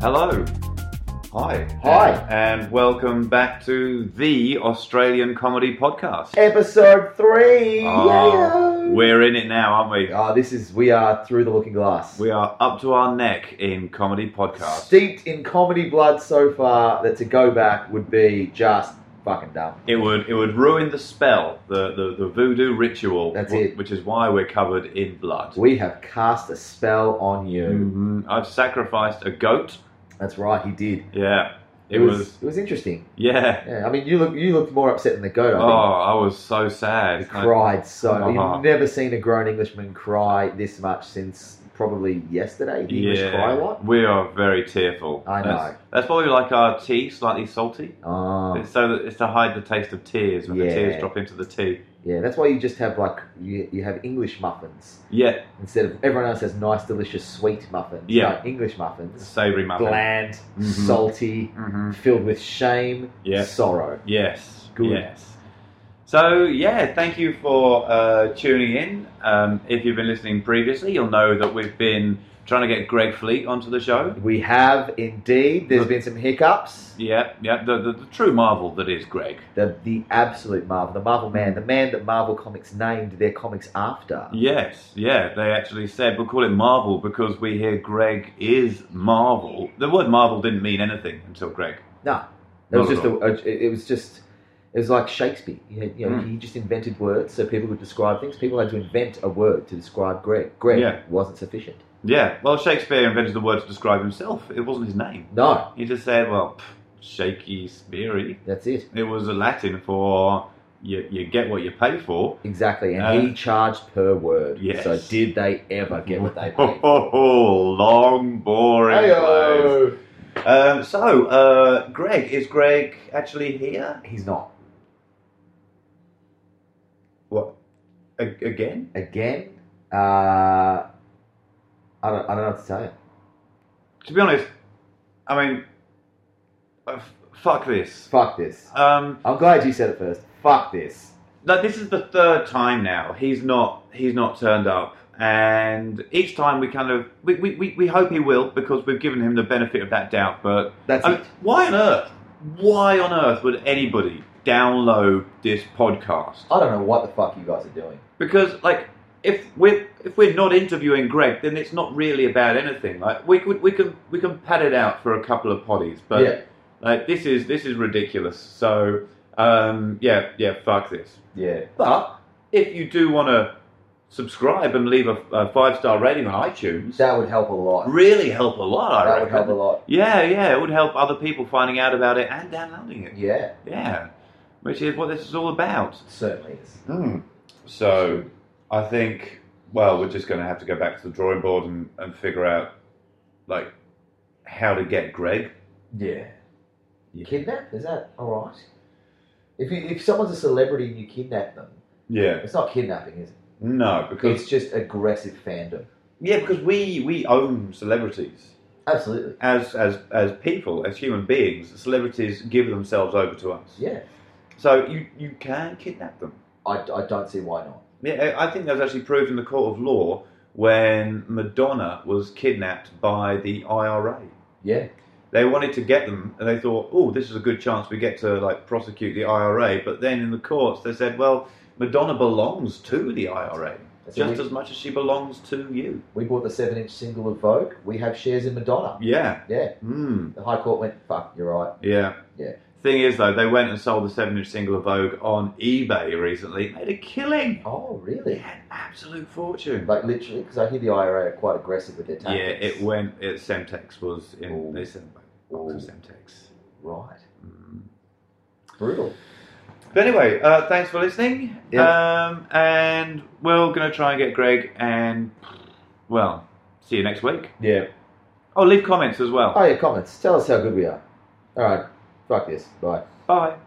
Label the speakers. Speaker 1: Hello. Hi.
Speaker 2: Hi.
Speaker 1: And welcome back to the Australian Comedy Podcast.
Speaker 2: Episode three.
Speaker 1: Oh,
Speaker 2: Yeah.
Speaker 1: we're in it now, aren't we?
Speaker 2: Oh, this is we are through the looking glass.
Speaker 1: We are up to our neck in comedy podcast.
Speaker 2: steeped in comedy blood so far that to go back would be just fucking dumb.
Speaker 1: It would it would ruin the spell, the, the, the voodoo ritual.
Speaker 2: That's
Speaker 1: wh-
Speaker 2: it.
Speaker 1: Which is why we're covered in blood.
Speaker 2: We have cast a spell on you.
Speaker 1: Mhm. I've sacrificed a goat.
Speaker 2: That's right, he did.
Speaker 1: Yeah. It,
Speaker 2: It
Speaker 1: was,
Speaker 2: was, it was interesting.
Speaker 1: yeah.
Speaker 2: Yeah, I mean, you look you looked more upset than the goat.
Speaker 1: Oh,
Speaker 2: I think.
Speaker 1: I was so
Speaker 2: He
Speaker 1: sad. I-
Speaker 2: cried so.
Speaker 1: Oh.
Speaker 2: You've never seen a grown Englishman cry this much since probably yesterday. The English cry a lot.
Speaker 1: we are very tearful.
Speaker 2: I know.
Speaker 1: That's, that's why we like our tea slightly salty.
Speaker 2: Oh,
Speaker 1: It's so that it's to hide the taste of tears when the
Speaker 2: Yeah.
Speaker 1: tears drop into the tea.
Speaker 2: yeah. That's why you just have like you, you have English muffins
Speaker 1: Yeah,
Speaker 2: instead of everyone else has nice, delicious, sweet muffins.
Speaker 1: Yeah.
Speaker 2: No, English muffins,
Speaker 1: savoury muffin.
Speaker 2: bland,
Speaker 1: Mhm.
Speaker 2: salty,
Speaker 1: hmm
Speaker 2: filled with shame,
Speaker 1: Yes.
Speaker 2: sorrow.
Speaker 1: Yes.
Speaker 2: Good.
Speaker 1: Yes. So yeah, thank you for uh, tuning in. Um, if you've been listening previously, you'll know that we've been trying to get Greg Fleet onto the show.
Speaker 2: We have indeed. There's been some hiccups.
Speaker 1: Yeah, yeah, the, the, the true marvel that is Greg.
Speaker 2: The, the absolute Marvel, the Marvel man, the man that Marvel Comics named their comics after.
Speaker 1: Yes, yeah, they actually said we'll call it Marvel because we hear Greg is Marvel. The word Marvel didn't mean anything until Greg.
Speaker 2: No, it was
Speaker 1: Not at
Speaker 2: just a, a- it was just it was like Shakespeare. He, had, you know,
Speaker 1: Mm.
Speaker 2: he just invented words so people could describe things. People had to invent a word to describe Greg. Greg
Speaker 1: Yeah.
Speaker 2: wasn't sufficient.
Speaker 1: Yeah, well, Shakespeare invented the word to describe himself. It wasn't his name.
Speaker 2: No,
Speaker 1: He just said, well, pff, shaky, speary.
Speaker 2: that's it
Speaker 1: It was a Latin for you, you get what you pay for.
Speaker 2: exactly. And
Speaker 1: Uh,
Speaker 2: he charged per word.
Speaker 1: Yes. Oh,
Speaker 2: So did they ever get what they
Speaker 1: Ho,
Speaker 2: paid?
Speaker 1: ho, ho, long, boring plays.
Speaker 2: Heyo!
Speaker 1: Um, so, uh, Greg, is Greg actually here?
Speaker 2: He's not
Speaker 1: What? A- again?
Speaker 2: again. Uh, I don't. I don't know what to tell you.
Speaker 1: To be honest, I mean, uh, f- fuck this.
Speaker 2: Fuck this.
Speaker 1: Um,
Speaker 2: I'm glad you said it first. Fuck this.
Speaker 1: like this is the third time now he's not he's not turned up and each time we kind of we, we, we, we hope he will because we've given him the benefit of that doubt but
Speaker 2: That's
Speaker 1: I
Speaker 2: it.
Speaker 1: mean, why on earth why on earth would anybody download this podcast
Speaker 2: I don't know what the fuck you guys are doing.
Speaker 1: because like if we're if we're not interviewing greg then it's not really about anything like we could we can we can pad it out for a couple of potties but
Speaker 2: yeah.
Speaker 1: like this is this is ridiculous so um yeah yeah fuck this
Speaker 2: Yeah.
Speaker 1: but if you do want to subscribe and leave a, a five star rating on iTunes,
Speaker 2: That would help a lot.
Speaker 1: really help a lot. I
Speaker 2: That
Speaker 1: reckon.
Speaker 2: would help a lot.
Speaker 1: yeah, yeah, it would help other people finding out about it and downloading it.
Speaker 2: Yeah,
Speaker 1: Yeah, which is what this is all about.
Speaker 2: certainly is.
Speaker 1: So I think well, we're just going to have to go back to the drawing board and, and figure out like how to get Greg.
Speaker 2: Yeah.
Speaker 1: Yeah.
Speaker 2: Kidnap? Is that all right? If you, if someone's a celebrity and you kidnap them,
Speaker 1: Yeah,
Speaker 2: it's not kidnapping, is it?
Speaker 1: no, because
Speaker 2: It's just aggressive fandom.
Speaker 1: yeah, because we we own celebrities.
Speaker 2: Absolutely.
Speaker 1: as as as people, as human beings, celebrities give themselves over to us.
Speaker 2: Yeah.
Speaker 1: So you you can kidnap them.
Speaker 2: I, I don't see why not.
Speaker 1: Yeah, I I think that was actually proved in the court of law when Madonna was kidnapped by the IRA.
Speaker 2: Yeah.
Speaker 1: They wanted to get them, and they thought, "Oh, this is a good chance we get to like prosecute the IRA." But then in the courts, they said, "Well, Madonna belongs to the IRA
Speaker 2: That's
Speaker 1: just
Speaker 2: it.
Speaker 1: as much as she belongs to you."
Speaker 2: we, we bought the seven-inch single of Vogue. We have shares in Madonna.
Speaker 1: Yeah.
Speaker 2: Yeah.
Speaker 1: Hmm.
Speaker 2: The High Court went, fuck, you're right.
Speaker 1: Yeah.
Speaker 2: Yeah.
Speaker 1: Thing is, though, they went and sold the seven-inch single of Vogue on eBay recently. Made a killing.
Speaker 2: Oh,
Speaker 1: They
Speaker 2: really?
Speaker 1: had an absolute fortune.
Speaker 2: Like, literally, because I hear the IRA are quite aggressive with their
Speaker 1: yeah,
Speaker 2: tactics.
Speaker 1: it went. It Semtex was in.
Speaker 2: Ooh.
Speaker 1: They sent back
Speaker 2: Ooh.
Speaker 1: box of Semtex.
Speaker 2: Right.
Speaker 1: Mm.
Speaker 2: Brutal.
Speaker 1: But anyway, uh, thanks for listening. Um, and we're going to try and get Greg. And well, see you next week.
Speaker 2: Yeah.
Speaker 1: Oh, leave comments as well.
Speaker 2: Oh, yeah, comments. Tell us how good we are. All right. Fuck this. Bye.
Speaker 1: Bye.